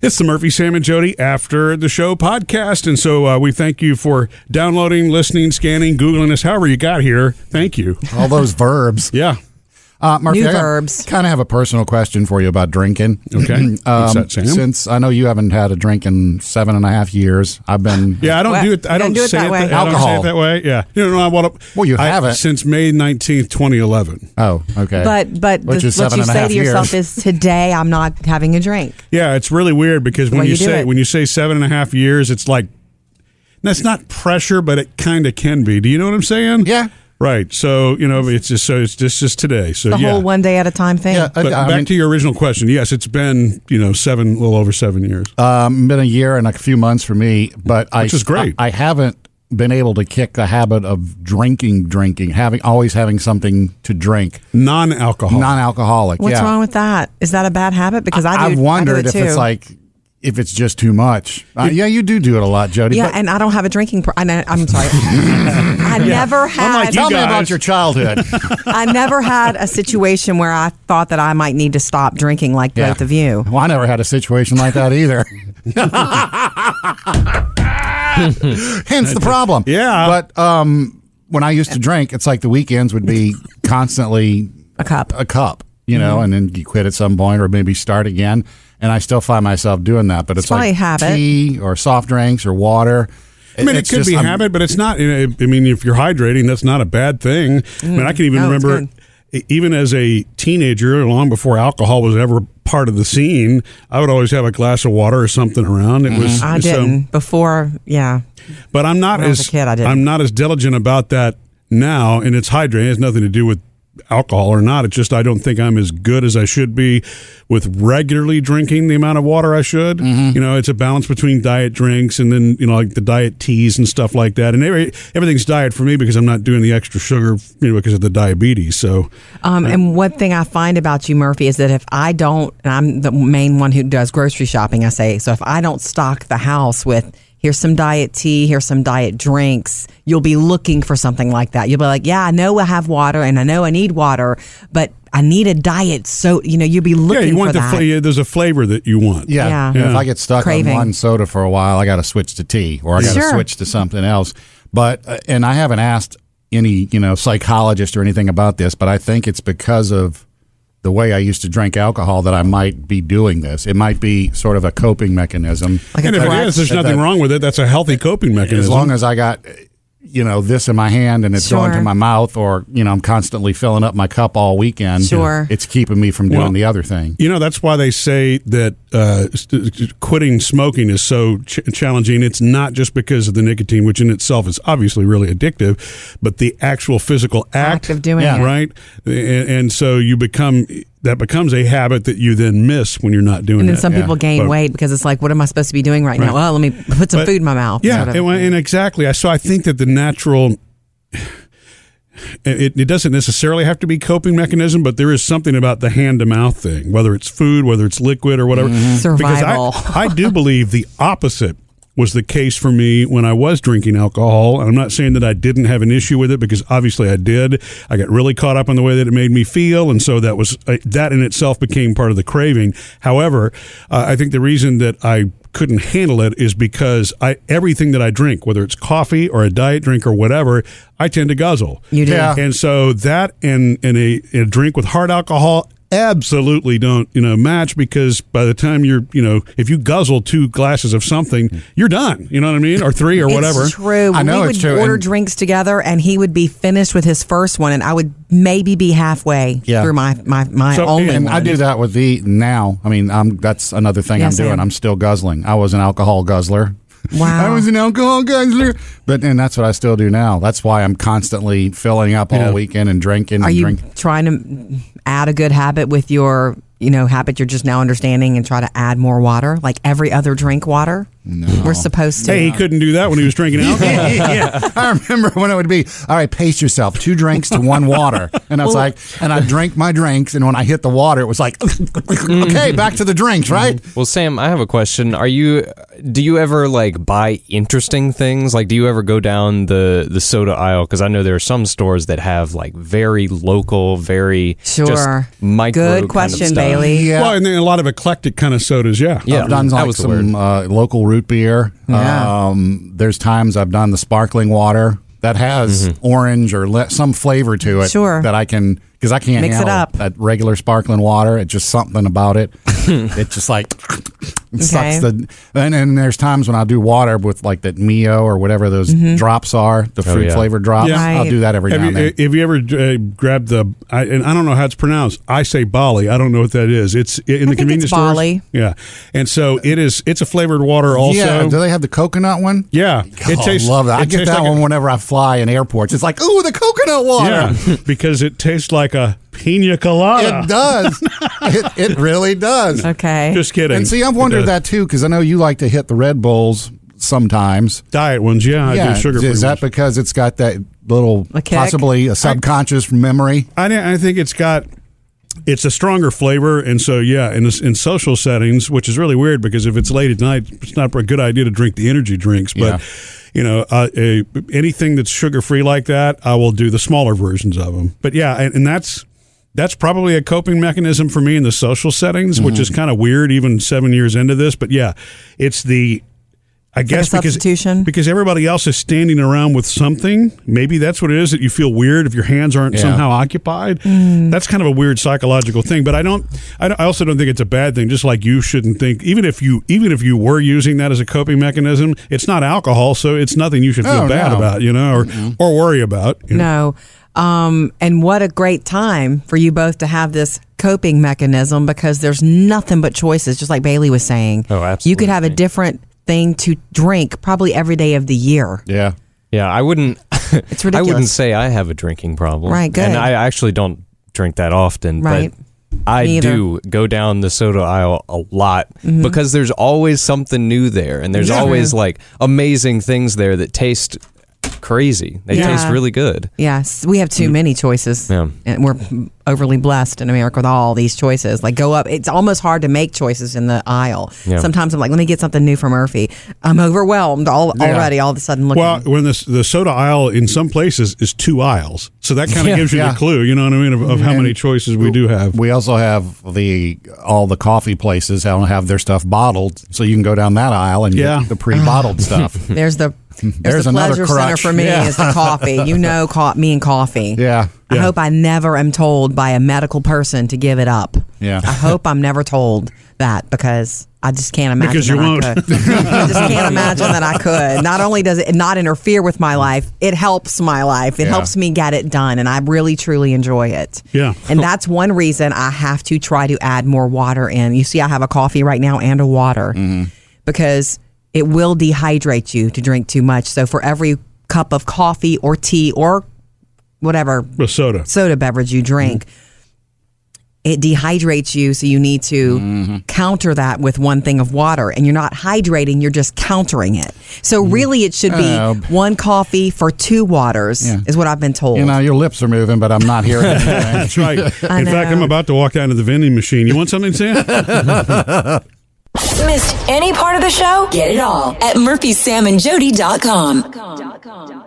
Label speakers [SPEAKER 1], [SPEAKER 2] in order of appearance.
[SPEAKER 1] It's the Murphy, Sam, and Jody After the Show podcast. And so uh, we thank you for downloading, listening, scanning, Googling us, however you got here. Thank you.
[SPEAKER 2] All those verbs.
[SPEAKER 1] Yeah.
[SPEAKER 2] Uh, Murphy,
[SPEAKER 3] New
[SPEAKER 2] I
[SPEAKER 3] verbs.
[SPEAKER 2] Kind of have a personal question for you about drinking. Um,
[SPEAKER 1] Okay. What's that, Sam?
[SPEAKER 2] Since I know you haven't had a drink in seven and a half years, I've been.
[SPEAKER 1] Yeah, I don't
[SPEAKER 3] What?
[SPEAKER 1] do it. I
[SPEAKER 3] You
[SPEAKER 1] don't,
[SPEAKER 3] don't do it
[SPEAKER 1] say
[SPEAKER 3] that
[SPEAKER 1] it.
[SPEAKER 3] way.
[SPEAKER 1] That, I don't say it
[SPEAKER 2] Alcohol.
[SPEAKER 1] that way. Yeah, you know, I want to.
[SPEAKER 2] Well, you have it.
[SPEAKER 1] since May nineteenth, twenty eleven.
[SPEAKER 2] Oh, okay.
[SPEAKER 3] But but
[SPEAKER 2] Which
[SPEAKER 3] the-
[SPEAKER 2] is
[SPEAKER 3] what
[SPEAKER 2] seven
[SPEAKER 3] you
[SPEAKER 2] and a
[SPEAKER 3] say
[SPEAKER 2] half
[SPEAKER 3] to yourself
[SPEAKER 2] years.
[SPEAKER 3] is today I'm not having a drink.
[SPEAKER 1] Yeah, it's really weird because when
[SPEAKER 3] way
[SPEAKER 1] you,
[SPEAKER 3] you do
[SPEAKER 1] say
[SPEAKER 3] it.
[SPEAKER 1] when you say seven and a half years, it's like that's not pressure, but it kind of can be. Do you know what I'm saying?
[SPEAKER 2] Yeah.
[SPEAKER 1] Right. So you know, it's just so it's just just today. So
[SPEAKER 3] The
[SPEAKER 1] yeah.
[SPEAKER 3] whole one day at a time thing.
[SPEAKER 2] Yeah, uh, I-
[SPEAKER 1] But
[SPEAKER 2] I
[SPEAKER 1] back
[SPEAKER 2] mean-
[SPEAKER 1] to your original question. Yes, it's been you know seven, a little over seven years.
[SPEAKER 2] um, been a year and a few months for me, but I,
[SPEAKER 1] Which is great.
[SPEAKER 2] I, I haven't been able to kick the habit of drinking, drinking, having always having something to drink,
[SPEAKER 1] Non-alcohol.
[SPEAKER 2] non-alcoholic.
[SPEAKER 3] What's
[SPEAKER 2] yeah.
[SPEAKER 3] wrong with that? Is that a bad habit? Because I, do,
[SPEAKER 2] I've
[SPEAKER 3] I
[SPEAKER 2] wondered
[SPEAKER 3] do it
[SPEAKER 2] if it's
[SPEAKER 3] too.
[SPEAKER 2] like if it's just too much. Uh, yeah, you do do it a lot, Jody.
[SPEAKER 3] yeah,
[SPEAKER 2] but
[SPEAKER 3] and I don't have a drinking. Pro- I know, I'm sorry. I never
[SPEAKER 1] like
[SPEAKER 3] had.
[SPEAKER 1] you
[SPEAKER 2] tell me
[SPEAKER 1] guys-
[SPEAKER 2] about your childhood.
[SPEAKER 3] I never had a situation where I thought that I might need to stop drinking like
[SPEAKER 2] Yeah.
[SPEAKER 3] both of you.
[SPEAKER 2] Well, I never had a situation like that either. Hence the problem.
[SPEAKER 1] Yeah.
[SPEAKER 2] But um, when I used to drink, it's like the weekends would be constantly
[SPEAKER 3] A cup.
[SPEAKER 2] a cup, you know,
[SPEAKER 3] Mm-hmm.
[SPEAKER 2] and then you quit at some point or maybe start again. And I still find myself doing that, but it's,
[SPEAKER 3] probably a
[SPEAKER 2] like
[SPEAKER 3] habit.
[SPEAKER 2] tea or soft drinks or water.
[SPEAKER 1] I mean, it
[SPEAKER 2] It's
[SPEAKER 1] could
[SPEAKER 2] just-
[SPEAKER 1] be a
[SPEAKER 2] I'm-
[SPEAKER 1] habit, but it's not. you know, I mean, if you're hydrating, that's not a bad thing. I mean, I
[SPEAKER 2] Mm,
[SPEAKER 1] can even
[SPEAKER 3] No, it's
[SPEAKER 1] remember, e- even as a teenager, long before alcohol was ever part of the scene, I would always have a glass of water or something around. It
[SPEAKER 2] Mm-hmm.
[SPEAKER 1] was
[SPEAKER 3] I
[SPEAKER 1] so-
[SPEAKER 3] didn't before. Yeah,
[SPEAKER 1] but I'm not
[SPEAKER 3] When I was
[SPEAKER 1] as
[SPEAKER 3] a kid, I didn't.
[SPEAKER 1] am not as diligent about that now, and it's hydrating. It has nothing to do with alcohol or not. It's just I don't think I'm as good as I should be with regularly drinking the amount of water I should. You know, it's a balance between diet drinks and then you know like the diet teas and stuff like that. And every, everything's diet for me because I'm not doing the extra sugar, you know, because of the diabetes. So
[SPEAKER 3] Um, and one thing I find about you, Murphy, is that if I don't, and I'm the main one who does grocery shopping, I say, so if I don't stock the house with, here's some diet tea, here's some diet drinks, you'll be looking for something like that. You'll be like, yeah, I know I have water and I know I need water, but I need a diet. So, you know, you'll be
[SPEAKER 1] yeah,
[SPEAKER 3] looking
[SPEAKER 1] you want
[SPEAKER 3] for
[SPEAKER 1] the
[SPEAKER 3] that.
[SPEAKER 1] fla- yeah, there's a flavor that you want.
[SPEAKER 2] Yeah.
[SPEAKER 3] Yeah.
[SPEAKER 2] And If
[SPEAKER 1] Yeah.
[SPEAKER 2] I get stuck
[SPEAKER 3] Craving.
[SPEAKER 2] on one soda for a while, I got to switch to tea or I got to
[SPEAKER 3] Sure.
[SPEAKER 2] switch to something else. But uh, and I haven't asked any, you know, psychologist or anything about this, but I think it's because of the way I used to drink alcohol that I might be doing this. It might be sort of a coping mechanism.
[SPEAKER 3] Like a
[SPEAKER 1] And if it
[SPEAKER 3] threat.
[SPEAKER 1] is, there's
[SPEAKER 2] That-
[SPEAKER 1] nothing wrong with it. That's a healthy coping mechanism.
[SPEAKER 2] as long as I got you know this in my hand and it's going to
[SPEAKER 3] Sure.
[SPEAKER 2] my mouth or you know I'm constantly filling up my cup all weekend
[SPEAKER 3] Sure.
[SPEAKER 2] it's keeping me from doing
[SPEAKER 1] Well-
[SPEAKER 2] the other thing
[SPEAKER 1] You know, that's why they say that uh, st- quitting smoking is so ch- challenging. It's not just because of the nicotine, which in itself is obviously really addictive, but the actual physical act,
[SPEAKER 3] Act of doing
[SPEAKER 2] Yeah.
[SPEAKER 3] it.
[SPEAKER 1] right? And, and so you become that becomes a habit that you then miss when you're not doing
[SPEAKER 3] And then
[SPEAKER 1] it.
[SPEAKER 3] some people gain
[SPEAKER 1] But-
[SPEAKER 3] weight because it's like, what am I supposed to be doing right, now? Well, let me put some
[SPEAKER 1] But-
[SPEAKER 3] food in my mouth.
[SPEAKER 1] Yeah,
[SPEAKER 3] sort of.
[SPEAKER 1] and, and exactly. I- So I think that the natural. It, it doesn't necessarily have to be coping mechanism, but there is something about the hand to mouth thing, whether it's food, whether it's liquid or whatever. Because I-
[SPEAKER 3] Mm-hmm. Survival.
[SPEAKER 1] I, do believe the opposite was the case for me when I was drinking alcohol. And I'm not saying that I didn't have an issue with it because obviously I did. I got really caught up in the way that it made me feel. And so that was, I- that in itself became part of the craving. However, uh, I think the reason that I couldn't handle it is because I, everything that I drink, whether it's coffee or a diet drink or whatever, I tend to guzzle.
[SPEAKER 3] You do.
[SPEAKER 2] Yeah.
[SPEAKER 1] And so that and and a, a drink with hard alcohol absolutely don't you know match because by the time you're you know if you guzzle two glasses of something you're done you know what I mean or three or whatever.
[SPEAKER 3] It's true.
[SPEAKER 2] I know
[SPEAKER 3] we
[SPEAKER 2] it's
[SPEAKER 3] would
[SPEAKER 2] true,
[SPEAKER 3] order
[SPEAKER 2] and-
[SPEAKER 3] drinks together, and he would be finished with his first one, and I would maybe be halfway
[SPEAKER 2] Yeah.
[SPEAKER 3] through my my my
[SPEAKER 1] So,
[SPEAKER 3] only
[SPEAKER 2] and
[SPEAKER 3] one.
[SPEAKER 2] I do that with the now I mean I'm that's another thing
[SPEAKER 3] Yeah,
[SPEAKER 2] I'm
[SPEAKER 3] same.
[SPEAKER 2] doing I'm still guzzling I was an alcohol guzzler
[SPEAKER 3] Wow.
[SPEAKER 2] I was an alcohol guzzler but and that's what I still do now that's why I'm constantly filling up all
[SPEAKER 1] Yeah.
[SPEAKER 2] weekend and drinking
[SPEAKER 3] Are
[SPEAKER 2] and
[SPEAKER 3] you
[SPEAKER 2] drinking
[SPEAKER 3] trying to add a good habit with your you know habit you're just now understanding, and try to add more water, like every other drink water? We're supposed to.
[SPEAKER 1] Hey, he couldn't do that when he was drinking alcohol.
[SPEAKER 2] yeah. I remember when it would be, all right, pace yourself, two drinks to one water. And I was like, and I drank my drinks. And when I hit the water, it was like, okay, back to the drinks, right?
[SPEAKER 4] Well, Sam, I have a question. Are you do you ever like buy interesting things? Like do you ever go down the the soda aisle cuz I know there are some stores that have like very local, very
[SPEAKER 3] Sure.
[SPEAKER 4] just micro kind
[SPEAKER 3] Good
[SPEAKER 4] of
[SPEAKER 3] question,
[SPEAKER 4] stuff.
[SPEAKER 3] Bailey.
[SPEAKER 2] Yeah.
[SPEAKER 1] Well, and then a lot of eclectic kind of sodas, yeah.
[SPEAKER 4] Yeah.
[SPEAKER 2] I've done
[SPEAKER 4] that
[SPEAKER 2] like
[SPEAKER 4] was the word.
[SPEAKER 2] some uh, local root beer.
[SPEAKER 3] Yeah.
[SPEAKER 2] Um, there's times I've done the sparkling water that has orange or le- some flavor to it.
[SPEAKER 3] Sure.
[SPEAKER 2] That I can because I can't
[SPEAKER 3] Mix it
[SPEAKER 2] handle
[SPEAKER 3] up.
[SPEAKER 2] That regular sparkling water, it's just something about it. it's just like it
[SPEAKER 3] Okay.
[SPEAKER 2] sucks the. And, and there's times when I do water with like that Mio or whatever those drops are, the fruit
[SPEAKER 4] yeah.
[SPEAKER 2] flavored drops.
[SPEAKER 1] Yeah.
[SPEAKER 2] I'll
[SPEAKER 3] Right.
[SPEAKER 2] do that every
[SPEAKER 1] Have
[SPEAKER 2] now and
[SPEAKER 1] you,
[SPEAKER 2] then.
[SPEAKER 1] have you ever uh, grabbed the? I, and I don't know how it's pronounced. I say Bali. I don't know what that is. It's in the
[SPEAKER 3] it's
[SPEAKER 1] convenience store.
[SPEAKER 3] Bali.
[SPEAKER 1] Yeah, and so it is. It's a flavored water also.
[SPEAKER 2] yeah, do they have the coconut one?
[SPEAKER 1] Yeah.
[SPEAKER 2] it tastes, love that. I
[SPEAKER 1] it
[SPEAKER 2] get
[SPEAKER 1] tastes
[SPEAKER 2] that
[SPEAKER 1] like a-
[SPEAKER 2] one whenever I fly in airports. It's like, ooh, the coconut water.
[SPEAKER 1] Yeah, because it tastes like a pina colada.
[SPEAKER 2] It does. it, it really does.
[SPEAKER 3] Okay.
[SPEAKER 1] Just kidding.
[SPEAKER 2] And see, I've
[SPEAKER 1] It
[SPEAKER 2] wondered
[SPEAKER 1] does.
[SPEAKER 2] that too, because I know you like to hit the Red Bulls sometimes.
[SPEAKER 1] diet ones. Yeah, I do sugar free.
[SPEAKER 2] is that because it's got that little
[SPEAKER 3] A kick?
[SPEAKER 2] possibly a subconscious memory?
[SPEAKER 1] I, di- I think it's got it's a stronger flavor, and so yeah, in this, in social settings, which is really weird because if it's late at night, it's not a good idea to drink the energy drinks. But you know, uh, a, anything that's sugar free like that, I will do the smaller versions of them. But yeah, and, and that's. That's probably a coping mechanism for me in the social settings, which
[SPEAKER 3] Mm-hmm.
[SPEAKER 1] is kind of weird, even seven years into this. But yeah, it's the, I guess
[SPEAKER 3] like a
[SPEAKER 1] because
[SPEAKER 3] substitution?
[SPEAKER 1] because everybody else is standing around with something. Maybe that's what it is that you feel weird if your hands aren't
[SPEAKER 2] Yeah.
[SPEAKER 1] somehow occupied. That's kind of a weird psychological thing. But I don't. I don't- I also don't think it's a bad thing. Just like you shouldn't think, even if you even if you were using that as a coping mechanism, it's not alcohol, so it's nothing you should feel
[SPEAKER 2] Oh,
[SPEAKER 1] bad
[SPEAKER 2] no. Mm-hmm.
[SPEAKER 1] about, you know, or or worry about. you know.
[SPEAKER 3] No. Um, and what a great time for you both to have this coping mechanism because there's nothing but choices, just like Bailey was saying.
[SPEAKER 4] Oh,
[SPEAKER 3] You could have a
[SPEAKER 4] absolutely.
[SPEAKER 3] different thing to drink probably every day of the year.
[SPEAKER 2] Yeah.
[SPEAKER 4] Yeah, I wouldn't
[SPEAKER 3] It's
[SPEAKER 4] I
[SPEAKER 3] ridiculous.
[SPEAKER 4] wouldn't say I have a drinking problem.
[SPEAKER 3] Right, good.
[SPEAKER 4] And I actually don't drink that often,
[SPEAKER 3] Right.
[SPEAKER 4] but I
[SPEAKER 3] Me either. Mm-hmm.
[SPEAKER 4] do go down the soda aisle a lot because there's always something new there and there's
[SPEAKER 1] Yeah.
[SPEAKER 4] always like amazing things there that taste crazy. They
[SPEAKER 3] Yeah.
[SPEAKER 4] taste really good.
[SPEAKER 3] Yes, we have too many choices,
[SPEAKER 4] Mm. Yeah.
[SPEAKER 3] and we're overly blessed in America with all these choices. Like go up, it's almost hard to make choices in the aisle.
[SPEAKER 4] Yeah.
[SPEAKER 3] Sometimes I'm like, let me get something new for Murphy. I'm overwhelmed all,
[SPEAKER 2] Yeah.
[SPEAKER 3] already. All of a sudden, looking.
[SPEAKER 1] Well, when this, the soda aisle in some places is two aisles, so that kind of
[SPEAKER 4] Yeah.
[SPEAKER 1] gives you
[SPEAKER 2] Yeah.
[SPEAKER 1] the clue, you know what I mean, of, of how many choices we do have.
[SPEAKER 2] We also have the all the coffee places don't have their stuff bottled, so you can go down that aisle and
[SPEAKER 1] Yeah.
[SPEAKER 2] get the pre-bottled stuff.
[SPEAKER 3] there's the there's,
[SPEAKER 2] There's
[SPEAKER 3] the
[SPEAKER 2] another
[SPEAKER 3] pleasure center
[SPEAKER 2] crutch.
[SPEAKER 3] for me
[SPEAKER 2] Yeah.
[SPEAKER 3] is the coffee. You know, co- me and coffee.
[SPEAKER 2] Yeah.
[SPEAKER 3] I
[SPEAKER 1] Yeah.
[SPEAKER 3] hope I never am told by a medical person to give it up.
[SPEAKER 2] Yeah.
[SPEAKER 3] I hope I'm never told that because I just can't imagine
[SPEAKER 1] Because you
[SPEAKER 3] that I
[SPEAKER 1] won't.
[SPEAKER 3] could. I just can't imagine that I could. Not only does it not interfere with my life, it helps my life. It
[SPEAKER 2] Yeah.
[SPEAKER 3] helps me get it done, and I really truly enjoy it.
[SPEAKER 1] Yeah.
[SPEAKER 3] and that's one reason I have to try to add more water in. You see, I have a coffee right now and a water
[SPEAKER 2] Mm-hmm.
[SPEAKER 3] because it will dehydrate you to drink too much. So for every cup of coffee or tea or whatever
[SPEAKER 1] With soda,
[SPEAKER 3] soda beverage you drink, it dehydrates you. So you need to counter that with one thing of water. And you're not hydrating, you're just countering it. So really, it should be
[SPEAKER 2] Oh.
[SPEAKER 3] one coffee for two waters,
[SPEAKER 2] Yeah.
[SPEAKER 3] is what I've been told.
[SPEAKER 2] You know, your lips are moving, but I'm not hearing anything.
[SPEAKER 1] that's right.
[SPEAKER 3] I
[SPEAKER 1] in fact,
[SPEAKER 3] know.
[SPEAKER 1] I'm about to walk down to the vending machine. You want something, Sam?
[SPEAKER 5] Missed any part of the show? Get it all at murphysamandjody.com.